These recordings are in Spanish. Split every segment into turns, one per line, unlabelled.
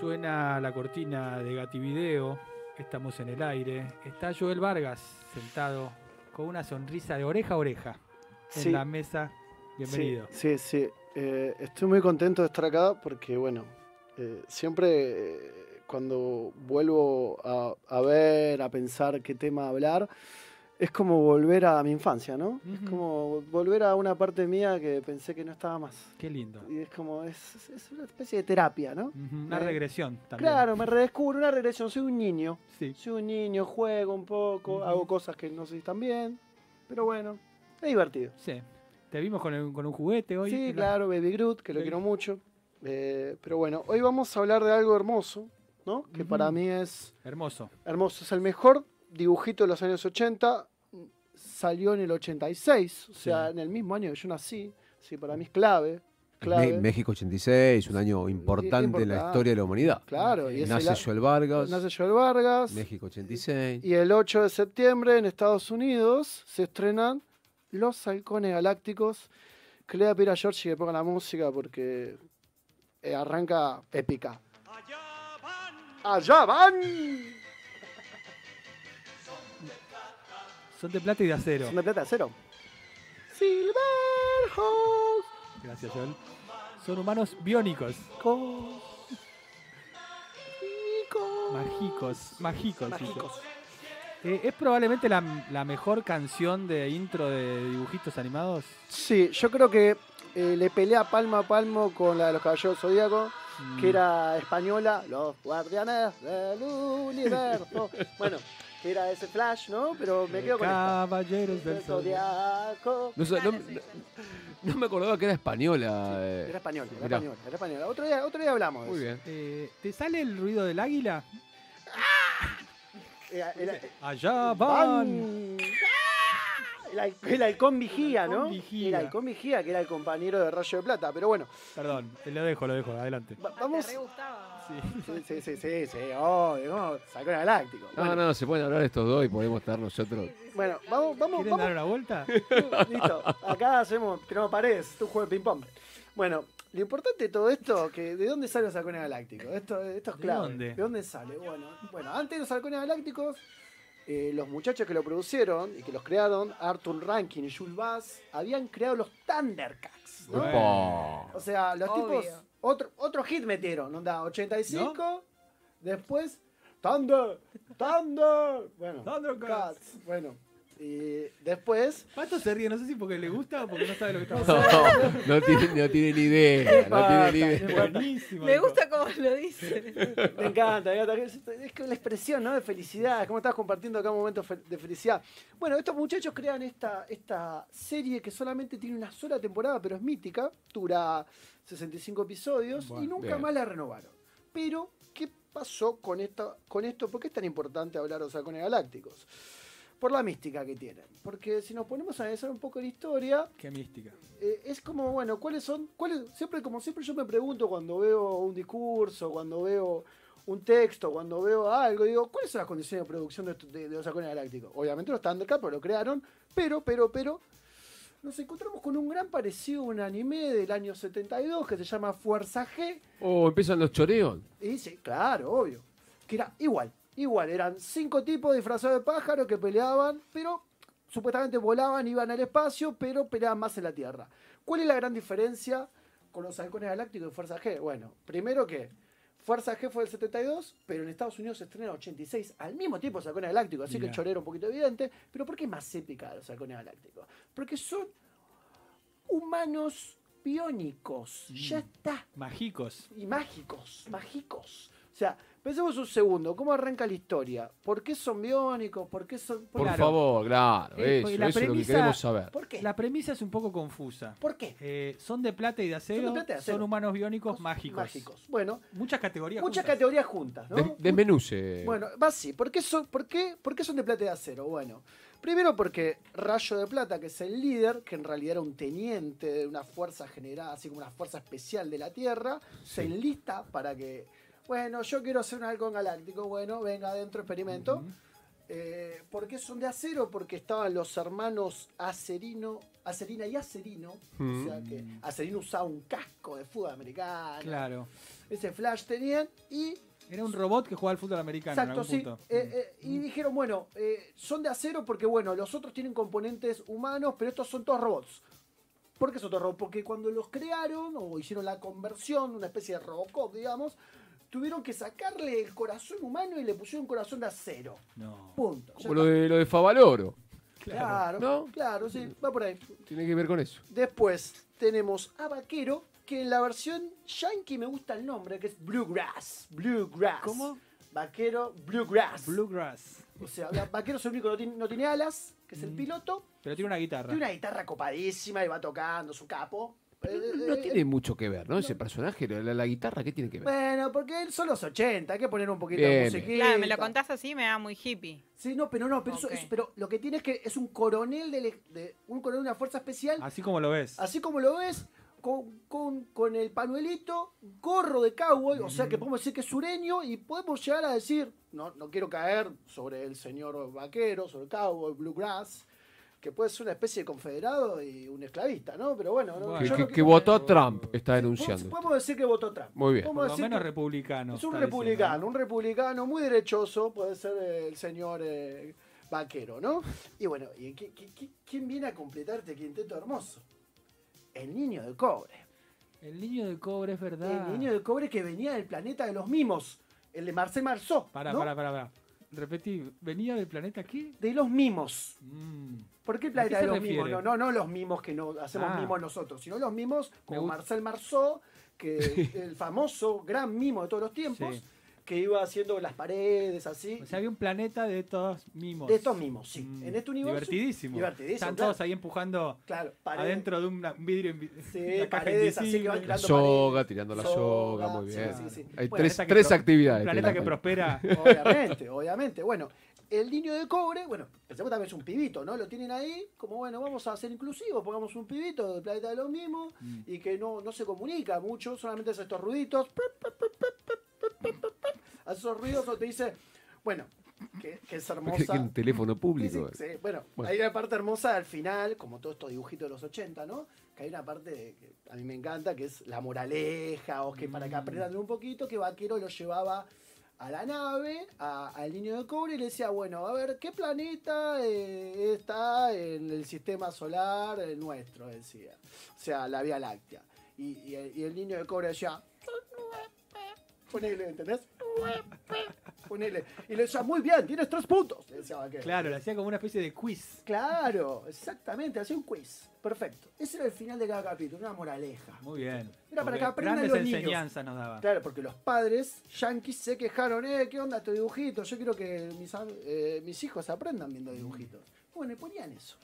Suena la cortina de Gativideo, estamos en el aire. Está Joel Vargas sentado con una sonrisa de oreja a oreja en
Sí.
la mesa. Bienvenido.
Sí, sí. sí. Eh, estoy muy contento de estar acá porque, bueno, eh, siempre eh, cuando vuelvo a, a ver, a pensar qué tema hablar, es como volver a mi infancia, ¿no?
Ujú.
Es como volver a una parte mía que pensé que no estaba más.
Qué lindo.
Y es como, es, es- es una especie de terapia, ¿no?
Ujú, Una
Eh,
regresión también.
Claro, me redescubro una regresión, soy un niño.
Sí.
Soy un niño, juego un poco,
Ujú.
hago cosas que no sé si están bien, pero bueno, es divertido.
sí. Te vimos con, el- con un juguete hoy.
Sí,
¿no?
claro, Baby Groot, que lo
Baby-
quiero mucho. Eh, pero bueno, hoy vamos a hablar de algo hermoso, ¿no? Que
Ujú.
para mí es
Hermoso.
hermoso. Es el mejor dibujito de los años 80. Salió en el 86, o sea,
Sí.
en el mismo año que yo nací. Sí, para mí es clave. clave.
Me- México 86, un año importante, en la
Importante.
historia de la humanidad.
Claro, y es
Nace
el-
Joel Vargas,
nace Joel Vargas.
México 86.
Y el 8 de septiembre en Estados Unidos se estrenan Los Halcones Galácticos. Que le voy a pedir a Georgie que ponga la música porque eh, arranca épica. ¡Allá van!
Son de plata y de acero.
Es una plata de cero. Silverhawks.
Gracias, Joel. Son humanos biónicos. Mágicos.
Mágicos.
Mágicos. dice.
Mágicos.
Eh, es probablemente la, la mejor canción de intro de dibujitos animados.
Sí, yo creo que eh, le pelea palmo a palmo con la de los caballeros zodíacos.
Mm,
que era española, Los Guardianes del Universo. bueno, era ese flash, ¿no? Pero me
eh,
quedo con esta.
Caballeros del
El
Zodiaco.
Zodiaco.
No, sé, no- no- no me acordaba que era española. eh.
Era español, era
Mirá.
español, era español. Otro día, otro día hablamos de
Muy
eso.
bien.
Eh, ¿Te sale el ruido del águila?
Era- era-
Allá van.
¡Van! El, hal- el halcón vigía,
El
¿no?
halcón vigía.
El halcón vigía, que era el compañero de Rayo de Plata. Pero bueno,
Perdón, te lo dejo, lo dejo, adelante.
va-
Ah,
vamos.
Te re gustaba.
Sí.
Sí, sí, sí, sí, sí, obvio, no, Halcón Galáctico.
No,
Bueno,
no, se pueden hablar estos dos y podemos estar nosotros.
Sí, sí, sí,
bueno,
Claudio.
vamos, vamos,
¿Quieren
vamos
dar una vuelta?
Listo, acá hacemos, tiramos paredes, tú juegas ping-pong. Bueno, lo importante de todo esto, que ¿de dónde salen los halcones galácticos? Esto, esto es
¿De
clave.
dónde?
¿De dónde sale? Bueno, bueno antes de los halcones galácticos, eh, los muchachos que lo produjeron y que los crearon, Arthur Rankin y Jules Bass, habían creado los Thundercats. ¿no?
Bueno.
Opa.
O sea, los
Obvio.
tipos, otro, otro hit metieron, onda, 85, después, Thunder, Thunder, bueno,
Thundercats.
Cats, bueno, y después...
Pato se ríe, no sé si porque le gusta o porque no sabe lo que está
No,
pasando.
no tiene, no tiene ni idea. No tiene ni idea.
Es buenísimo.
Me
Nico.
gusta como lo dice.
Me encanta, me encanta. Es que la expresión, ¿no? De felicidad, es como estás compartiendo acá un momento fe- de felicidad. Bueno, estos muchachos crean esta, esta serie que solamente tiene una sola temporada, pero es mítica, dura 65 episodios y
Bueno,
nunca
bien.
más la renovaron. Pero, ¿qué pasó con, esta, con esto? ¿Por qué es tan importante hablar de los halcones galácticos? Por la mística que tienen. Porque si nos ponemos a analizar un poco la historia,
Qué mística.
eh, es como, bueno, ¿cuáles son? ¿Cuáles? Siempre, como siempre yo me pregunto cuando veo un discurso, cuando veo un texto, cuando veo algo, digo, ¿cuáles son las condiciones de producción de, esto- de- de los halcones galácticos? Obviamente los Thundercats, pero lo crearon, pero, pero, pero, nos encontramos con un gran parecido a un anime del año 72 que se llama Fuerza G,
Oh, empiezan los choreos.
y dice, claro, obvio. Que era igual, igual. Eran cinco tipos disfrazados de pájaros que peleaban, pero supuestamente volaban, iban al espacio, pero peleaban más en la Tierra. ¿Cuál es la gran diferencia con los halcones galácticos y Fuerza G? Bueno, primero que Fuerza G fue del 72, pero en Estados Unidos se estrena en 86 al mismo tiempo los halcones galácticos, así
Mirá.
que el choreo era un poquito evidente. Pero ¿por qué es más épica de los halcones galácticos? Porque son humanos biónicos. Ya
Mm.
está
Mágicos.
y mágicos, mágicos. O sea, pensemos un segundo, ¿cómo arranca la historia? ¿Por qué son biónicos? ¿Por qué son...?
Por
Claro.
favor, claro.
Eh,
Eso,
porque
eso
la
es lo que
premisa-
queremos saber.
¿Por qué?
La premisa es un poco confusa.
¿Por qué?
Eh, son de plata y de acero.
Son de plata y de acero.
Son humanos biónicos mágicos.
Bueno,
Muchas categorías.
muchas
juntas.
categorías juntas, ¿no?
Des- desmenuce.
Bueno, va así. ¿Por qué, son, por, qué, por qué son de plata y de acero? Bueno, primero porque Rayo de Plata, que es el líder, que en realidad era un teniente de una fuerza generada, así como una fuerza especial de la Tierra, se enlista para que... Bueno, yo quiero ser un halcón galáctico. Bueno, venga adentro, experimento.
Ujú.
Eh, ¿Por qué son de acero? Porque estaban los hermanos Acerino, Acerina y Acerino. O sea que Acerino usaba un casco de fútbol americano.
Claro.
Ese flash tenían y
Era un robot que jugaba al fútbol americano
Exacto,
en algún
sí.
punto.
Eh, eh, y dijeron, bueno, eh, son de acero porque, bueno, los otros tienen componentes humanos, pero estos son todos robots. ¿Por qué son todos robots? Porque cuando los crearon o hicieron la conversión, una especie de Robocop, digamos, tuvieron que sacarle el corazón humano y le pusieron un corazón de acero.
No.
Punto. Ya
Como lo
está.
de, lo de Favaloro.
Claro,
¿no?
claro, sí, va por ahí.
Tiene que ver con eso.
Después tenemos a Vaquero, que en la versión yankee me gusta el nombre, que es Bluegrass. Bluegrass.
¿Cómo?
Vaquero Bluegrass.
Bluegrass.
O sea, la- Vaquero es el único que no tiene, no tiene alas, que es el
Mm.
piloto.
Pero tiene una guitarra.
Tiene una guitarra copadísima y va tocando su capo. Eh,
No,
eh,
tiene mucho que ver, ¿no? Ese personaje, la, la- la guitarra, ¿qué tiene que ver?
Bueno, porque él son los 80, hay que poner un poquito de
Bien,
musiquita.
Claro, me lo contás así, me da muy hippie.
Sí, no, pero no, pero, eso-
Ok.
eso- pero lo que tiene es que es un coronel del ej- de, un coronel de una fuerza especial,
Así como lo ves.
así como lo ves, con, con, con el panuelito, gorro de cowboy, o sea que podemos decir que es sureño y podemos llegar a decir, no, no quiero caer sobre el señor vaquero, sobre el cowboy, bluegrass, que puede ser una especie de confederado y un esclavista, ¿no? Pero bueno, no,
Bueno.
Que,
yo
que-
no
que
quiero-
votó a Trump, está
Podemos-
denunciando.
Podemos decir que votó Trump.
Muy bien.
Podemos
Por lo
decir
menos
que
republicano.
es un
está
republicano,
diciendo,
un republicano muy derechoso, puede ser eh, el señor eh, vaquero, ¿no? Y bueno, ¿y qué- qué- qué- quién viene a completar este quinteto hermoso? El niño de cobre.
¿no? El niño de cobre es verdad.
El niño de cobre que venía del planeta de los mimos. El de Marcel Marceau.
Pará,
¿no?
pará, pará, pará. Repetí, ¿venía del planeta qué?
De los mimos.
Mm,
¿Por qué el
¿A qué
planeta de
se
los
refiere?
mimos? No, no, no los mimos que no hacemos
Ah.
mimos nosotros, sino los mimos como
gust-
Marcel Marceau, que el famoso gran mimo de todos los tiempos,
Sí.
que iba haciendo las paredes así.
O sea, había un planeta de estos mimos.
de estos mimos, sí.
Mm,
En este universo.
Divertidísimo.
Divertidísimo,
Están
claro.
todos ahí empujando
Claro, paredes.
adentro de una- un vidrio invi-
Sí,
una caja
paredes así que
invisible.
van
La
tirando
soga,
paredes.
tirando la
Soga,
soga, muy
sí,
bien.
sí, sí. Bueno,
Hay tres,
planeta que
tres
pro-
actividades.
Un
tiene
planeta
la
que
peli.
prospera.
Obviamente, obviamente. Bueno, el niño de cobre, bueno, pensemos también es un pibito, ¿no? Lo tienen ahí, como bueno, vamos a ser inclusivos, pongamos un pibito del planeta de los mimos
Mm.
y que no, no se comunica mucho, solamente hace estos ruiditos. pip, pip, pip, pip, pip, pip, pip, pip. Hace esos ruidos o te dice, bueno, que, que es
¿Por qué
hermosa.
que el teléfono público?
Sí, sí, sí. Bueno,
Bueno.
hay una parte hermosa al final, como todos estos dibujitos de los 80, ¿no? Que hay una parte de- que a mí me encanta, que es la moraleja, o que para que
Mm.
aprendan un poquito, que Vaquero lo llevaba a la nave, a- al niño de cobre, y le decía, bueno, a ver, ¿qué planeta eh, está en el sistema solar eh, nuestro? Decía. O sea, la Vía Láctea. Y, y el, y el niño de cobre decía, ponele, ¿entendés? Ponele. Y le decía, muy bien, tienes tres puntos. Le decía Vaquero.
Claro, lo hacía como una especie de quiz.
Claro, exactamente, hacía un quiz. Perfecto. Ese era el final de cada capítulo, una moraleja.
Muy bien.
Era para que
Porque
aprendan
grandes
los niños.
enseñanzas nos daba.
Claro, porque los padres yanquis se quejaron, eh, ¿qué onda tu dibujito? Yo quiero que mis, am- eh, mis hijos aprendan viendo dibujitos. Bueno, y ponían eso.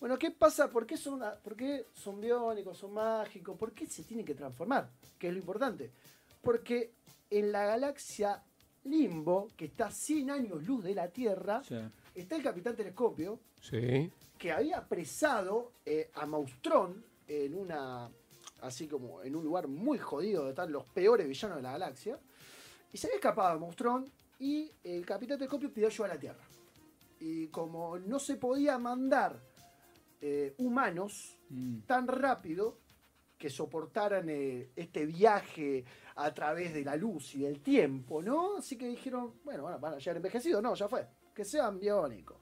Bueno, ¿qué pasa? ¿Por qué, son, ¿Por qué son biónicos, son mágicos? ¿Por qué se tienen que transformar? Que es lo importante. Porque en la galaxia Limbo, que está a 100 años luz de la Tierra,
Sí.
está el Capitán Telescopio,
Sí.
que había apresado eh, a Maustrón en una. así como en un lugar muy jodido de están los peores villanos de la galaxia. Y se había escapado de Maustrón y el capitán Telescopio pidió ayuda a la Tierra. Y como no se podía mandar eh, humanos
Mm.
tan rápido que soportaran eh, este viaje a través de la luz y del tiempo, ¿no? Así que dijeron, bueno, bueno, van a llegar envejecidos, no, ya fue. Que sean biónicos.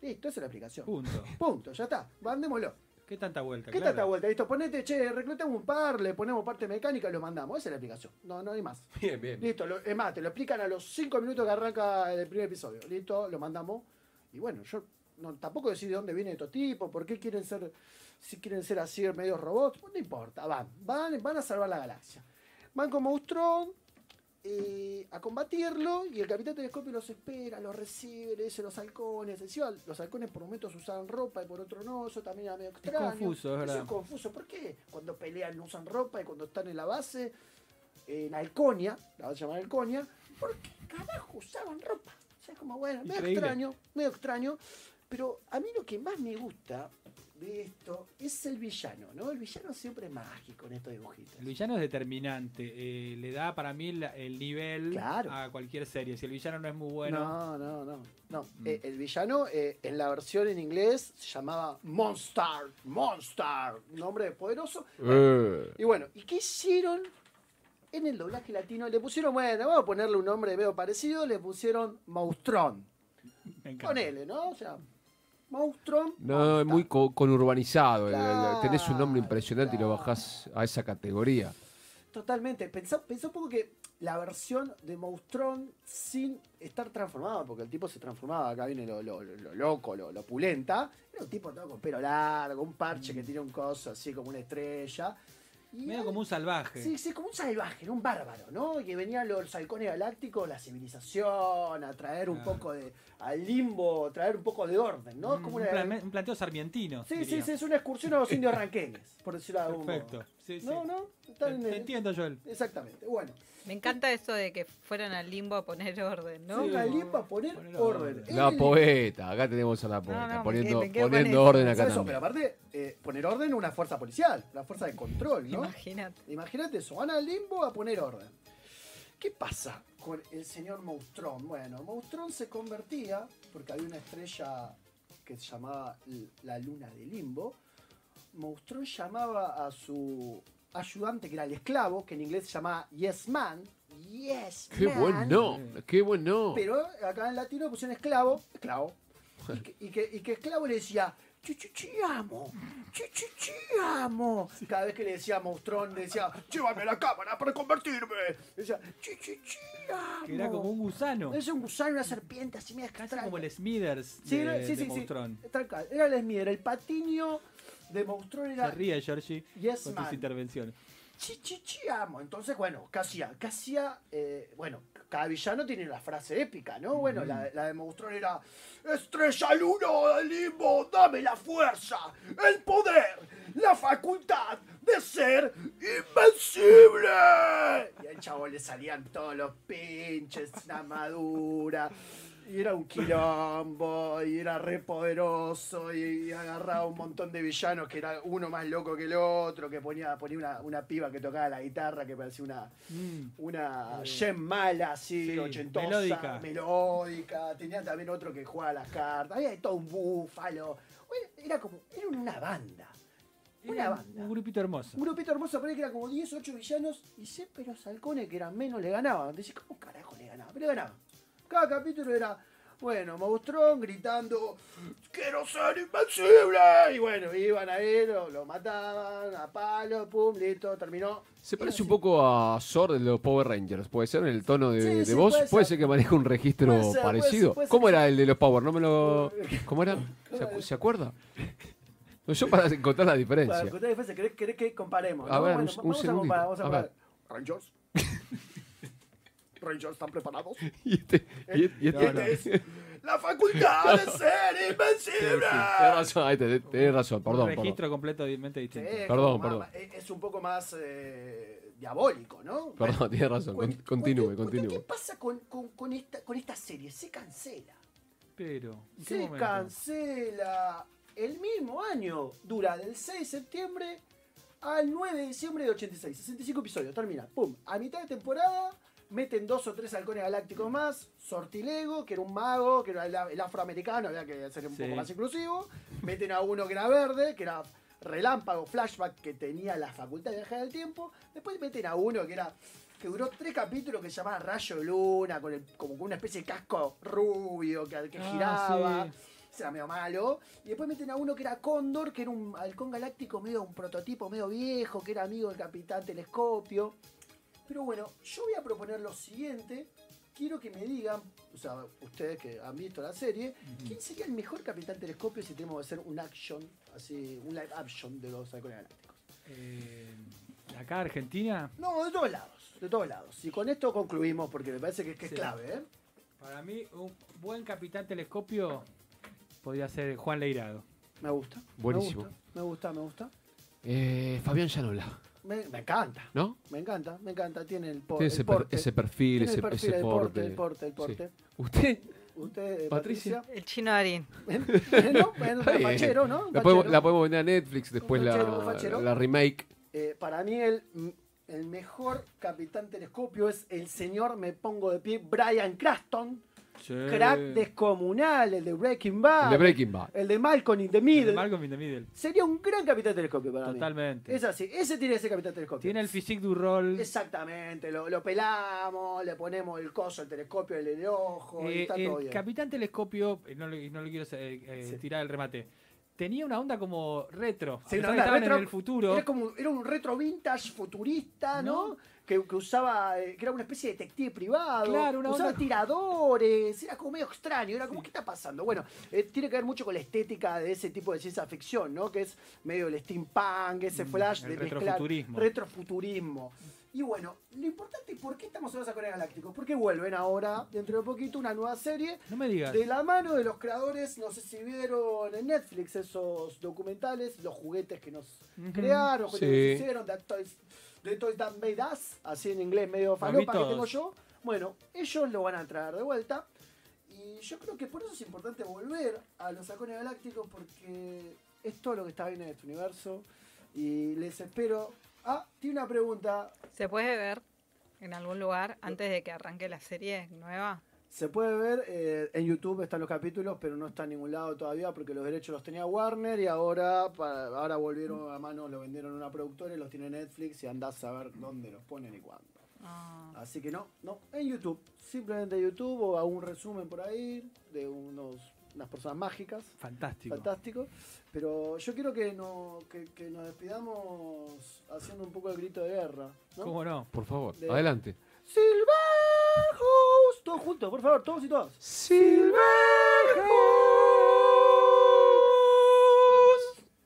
Listo, esa es la explicación.
Punto.
Punto, ya está, mandémoslo.
¿Qué tanta vuelta?
¿Qué
claro.
tanta vuelta? Listo, ponete, che, reclutemos un par, le ponemos parte mecánica y lo mandamos. Esa es la explicación. No, no hay más.
Bien, bien.
Listo, lo- es más, te lo explican a los 5 minutos que arranca el primer episodio. Listo, lo mandamos. Y bueno, yo no, tampoco decir de dónde vienen estos tipos, por qué quieren ser, si quieren ser así medio robots, no importa, van, van, van a salvar la galaxia. Van con Maustron eh, a combatirlo y el Capitán Telescopio los espera, los recibe, le dice los halcones. Encima, los halcones por momentos usaban ropa y por otro no, eso también era medio extraño.
confuso, es
Eso
verdad.
es confuso, ¿por qué? Cuando pelean no usan ropa y cuando están en la base, en Halconia, la van a llamar Halconia, ¿por qué carajo usaban ropa? O sea, como bueno, medio
Increíble.
extraño, medio extraño. Pero a mí lo que más me gusta de esto es el villano, ¿no? El villano siempre es mágico en estos dibujitos.
El villano es determinante. eh, le da para mí la- el nivel
Claro.
a cualquier serie. Si el villano no es muy bueno.
No, no, no. no.
Mm.
Eh, el villano eh, en la versión en inglés se llamaba Monster, Monster, nombre de poderoso.
Eh.
Y bueno, ¿y qué hicieron en el doblaje latino? Le pusieron, bueno, vamos a ponerle un nombre medio parecido, le pusieron Maustrón.
me encanta.
Con L, ¿no? O sea, Maustrón.
No, es muy co- conurbanizado. el- el- el- tenés un nombre
Claro,
impresionante y lo
claro.
bajás a esa categoría.
Totalmente. Pensó, pensó un poco que la versión de Maustrón sin estar transformado, porque el tipo se transformaba, acá viene lo, lo- lo loco, lo, lo pulenta, era un tipo todo con pelo largo, un parche que tiene un coso así como una estrella. Y
Mm. Medio como un salvaje.
Sí, sí, como un salvaje, era un bárbaro, ¿no? Que venían los halcones galácticos, la civilización, a traer un
Claro.
poco de. al limbo, traer un poco de orden, ¿no? Es
Un-
como
Mm, un,
una-
plan- un planteo sarmientino.
Sí, sí,
diría.
sí, es una excursión a los indios ranqueños, por decirlo de algún modo.
Perfecto. Sí, sí.
No, no,
Te-
están en
te
el-
entiendo, Joel.
Exactamente, bueno.
Me encanta eso de que fueran al limbo a poner orden, ¿no?
¿no?
Sí.
La Lipa poner
Poner orden.
orden.
La
Él-
poeta, acá tenemos a la poeta,
no, me
poniendo,
quedo- me quedo con
poniendo
eso.
orden
Por
acá
eso, pero
también.
aparte, eh, poner orden es una fuerza policial, una fuerza de control, ¿no?
Imagínate.
Imagínate eso, van al limbo a poner orden. ¿Qué pasa con el señor Moustrón? Bueno, Moustrón se convertía, porque había una estrella que se llamaba l- la luna de limbo, Moustrón llamaba a su ayudante, que era el esclavo, que en inglés se llamaba Yes Man. Yes
Qué
Man.
buen nombre, qué buen nombre.
Pero acá en latino pusieron esclavo, esclavo. Y que, y que- y que esclavo le decía, chuchuchiamo, chuchuchiamo. Cada vez que le decía Maustrón, le decía, llévame a la cámara para convertirme. Le decía, chuchuchiamo.
Que era como un gusano.
Es un gusano, una serpiente, así media
Casi
extraña.
como el Smithers
Sí,
de,
era- sí,
de
sí, sí.
Monstrón.
Tal cual. Era el Smith, era el patiño de Maustrón
Se
era
ríe, Georgie,
Yes
con tus
Man.
intervenciones.
Chichichiamo. Entonces, bueno, casi casi bueno, cada villano tiene una frase épica, ¿no? Bueno, la, la de Monstrón era Estrella Luna del Limbo, dame la fuerza, el poder, la facultad de ser invencible. Y al chavo le salían todos los pinches, la madura. Y era un quilombo, y era re poderoso, y, y agarraba un montón de villanos que era uno más loco que el otro, que ponía, ponía una, una piba que tocaba la guitarra, que parecía una,
Mm.
una
Eh,
gem mala, así,
sí,
ochentosa,
melódica.
melódica. Tenía también otro que jugaba las cartas, había de todo un búfalo. Bueno, Era como, era una banda. Una
Era un-
banda.
Un grupito hermoso.
Un grupito hermoso, pero que era como 10, 8 villanos y siempre los halcones que eran menos le ganaban. Decís, ¿cómo carajo le ganaban? Pero le ganaban. Cada capítulo era, bueno, Maustrón gritando, quiero ser invencible. Y bueno, iban a él, lo, lo mataban, a palo, pum, listo, terminó.
Se
Y
parece
así.
un poco a Zord de los Power Rangers, puede ser en el tono de,
Sí,
de
sí,
voz,
puede
puede,
ser.
ser que maneje un registro
Puede ser, puede
parecido.
ser, puede ser.
¿Cómo era el de los Power? No me lo. ¿Cómo era? ¿Se, acu- se acuerda? No, yo para encontrar la
Para
diferencia.
contar diferencia, ¿querés, querés que comparemos?
A
no?
ver,
Bueno,
un-
va-
un
vamos a
segundito.
comparar, vamos a
A
comparar.
ver.
Rangers. Rangers, ¿están preparados?
Y este, y este- y este-
No, no.
Sí, sí,
La facultad de ser
tenés
invencible.
razón, ahí tenés- tenés este, razón, perdón,
un
perdón.
registro completamente
Sí,
distinto.
es
Perdón,
como
perdón.
más- es- Es un poco más eh, diabólico, ¿no?
Perdón, tiene razón.
Bueno,
con-
cuest-
Continúe,
cuestión- cuestión, ¿Qué
continúe.
pasa con, con- con esta, con esta serie? Se cancela.
Pero, ¿en qué
Se
momento?
cancela. El mismo año. Dura del 6 de septiembre al 9 de diciembre de 86. 65 episodios. Termina. Pum. A mitad de temporada. Meten dos o tres halcones galácticos más. Sortilego, que era un mago, que era el, el afroamericano, había que ser un
Sí.
poco más inclusivo. Meten a uno que era verde, que era relámpago, flashback, que tenía la facultad de viajar del tiempo. Después meten a uno que era que duró tres capítulos que se llamaba Rayo Luna, con el- como con una especie de casco rubio que, que
Ah,
giraba.
sí.
Ese era medio malo. Y después meten a uno que era Cóndor, que era un halcón galáctico, medio un prototipo medio viejo, que era amigo del Capitán Telescopio. Pero bueno, yo voy a proponer lo siguiente. Quiero que me digan, o sea, ustedes que han visto la serie, ¿quién sería el mejor Capitán Telescopio si tenemos que hacer un action, así, un live action de los halcones galácticos?
Eh, acá, Argentina,
No, de todos lados, de todos lados. Y con esto concluimos, porque me parece que es, que es
Sí.
clave, ¿eh?
para mí, un buen capitán telescopio podría ser Juan Leirado.
Me gusta.
Buenísimo.
Me gusta, me gusta.
Eh, Fabián Llanola,
Me, gusta. Me, me encanta,
¿no?
me encanta, me encanta. Tiene el, po-
Tiene
el
ese, per-
porte.
ese perfil,
Tiene
ese,
el perfil,
ese
el
porte.
porte, el porte, el porte.
¿Usted?
usted, eh,
Patricia.
Patricia.
El chino Darín.
no, bueno,
Está bien.
fachero, ¿no?
La podemos,
Fachero.
la podemos vender a Netflix después la,
fachero, un fachero.
la remake.
Eh, para mí el, el mejor capitán telescopio es el señor, me pongo de pie, Brian Craston,
Eh.
crack descomunal, el de Breaking Bad,
El de Breaking Bad.
el de Malcolm in the Middle.
Malcolm in the Middle.
Sería un gran capitán telescopio para mí.
Totalmente.
Es así, ese tiene ese capitán telescopio.
Tiene el physique du rol.
Exactamente, lo, lo pelamos, le ponemos el coso, el telescopio, el, el ojo, y
Eh,
está todo
el
bien.
Capitán Telescopio, eh, no le, no le quiero eh, eh,
Sí.
tirar el remate, tenía una onda como retro.
Sí,
A pesar
una
que
onda
estaban
retro,
en el futuro.
Era como era un retro vintage futurista, ¿no?
No.
Que, que usaba, eh, que era una especie de detective privado,
Claro, una
usaba
onda-
tiradores, era como medio extraño, era como, ¿qué está pasando? Bueno, eh, tiene que ver mucho con la estética de ese tipo de ciencia ficción, ¿no? Que es medio el steampunk, ese
Mm,
flash
el
de mezclar-
retrofuturismo.
retrofuturismo. Y bueno, lo importante es por qué estamos hablando de Sacones Galácticos, porque vuelven ahora, dentro de poquito, una nueva serie
No me digas.
de la mano de los creadores, no sé si vieron en Netflix esos documentales, los juguetes que nos
Ujú.
crearon, los juguetes que nos
Sí.
hicieron, de Toys, The Toys That Made Us, así en inglés medio falopa que
todos.
tengo yo. Bueno, ellos lo van a traer de vuelta. Y yo creo que por eso es importante volver a los Sacones Galácticos, porque es todo lo que está bien en este universo. Y les espero. Ah, tiene una pregunta.
¿Se puede ver en algún lugar antes de que arranque la serie nueva?
Se puede ver eh, en YouTube, están los capítulos, pero no está en ningún lado todavía porque los derechos los tenía Warner y ahora, para- ahora volvieron a mano, lo vendieron a una productora y los tiene Netflix y andás a ver dónde los ponen y cuándo.
No.
Así que no, no, en YouTube, simplemente YouTube o algún resumen por ahí de unos, unas personas mágicas.
Fantástico.
Fantástico. Pero yo quiero que, no, que, que nos despidamos haciendo un poco el grito de guerra. ¿no?
¿Cómo no?
Por favor,
De-
adelante.
Silverhouse, todos juntos, por favor, todos y todas.
Silverhouse.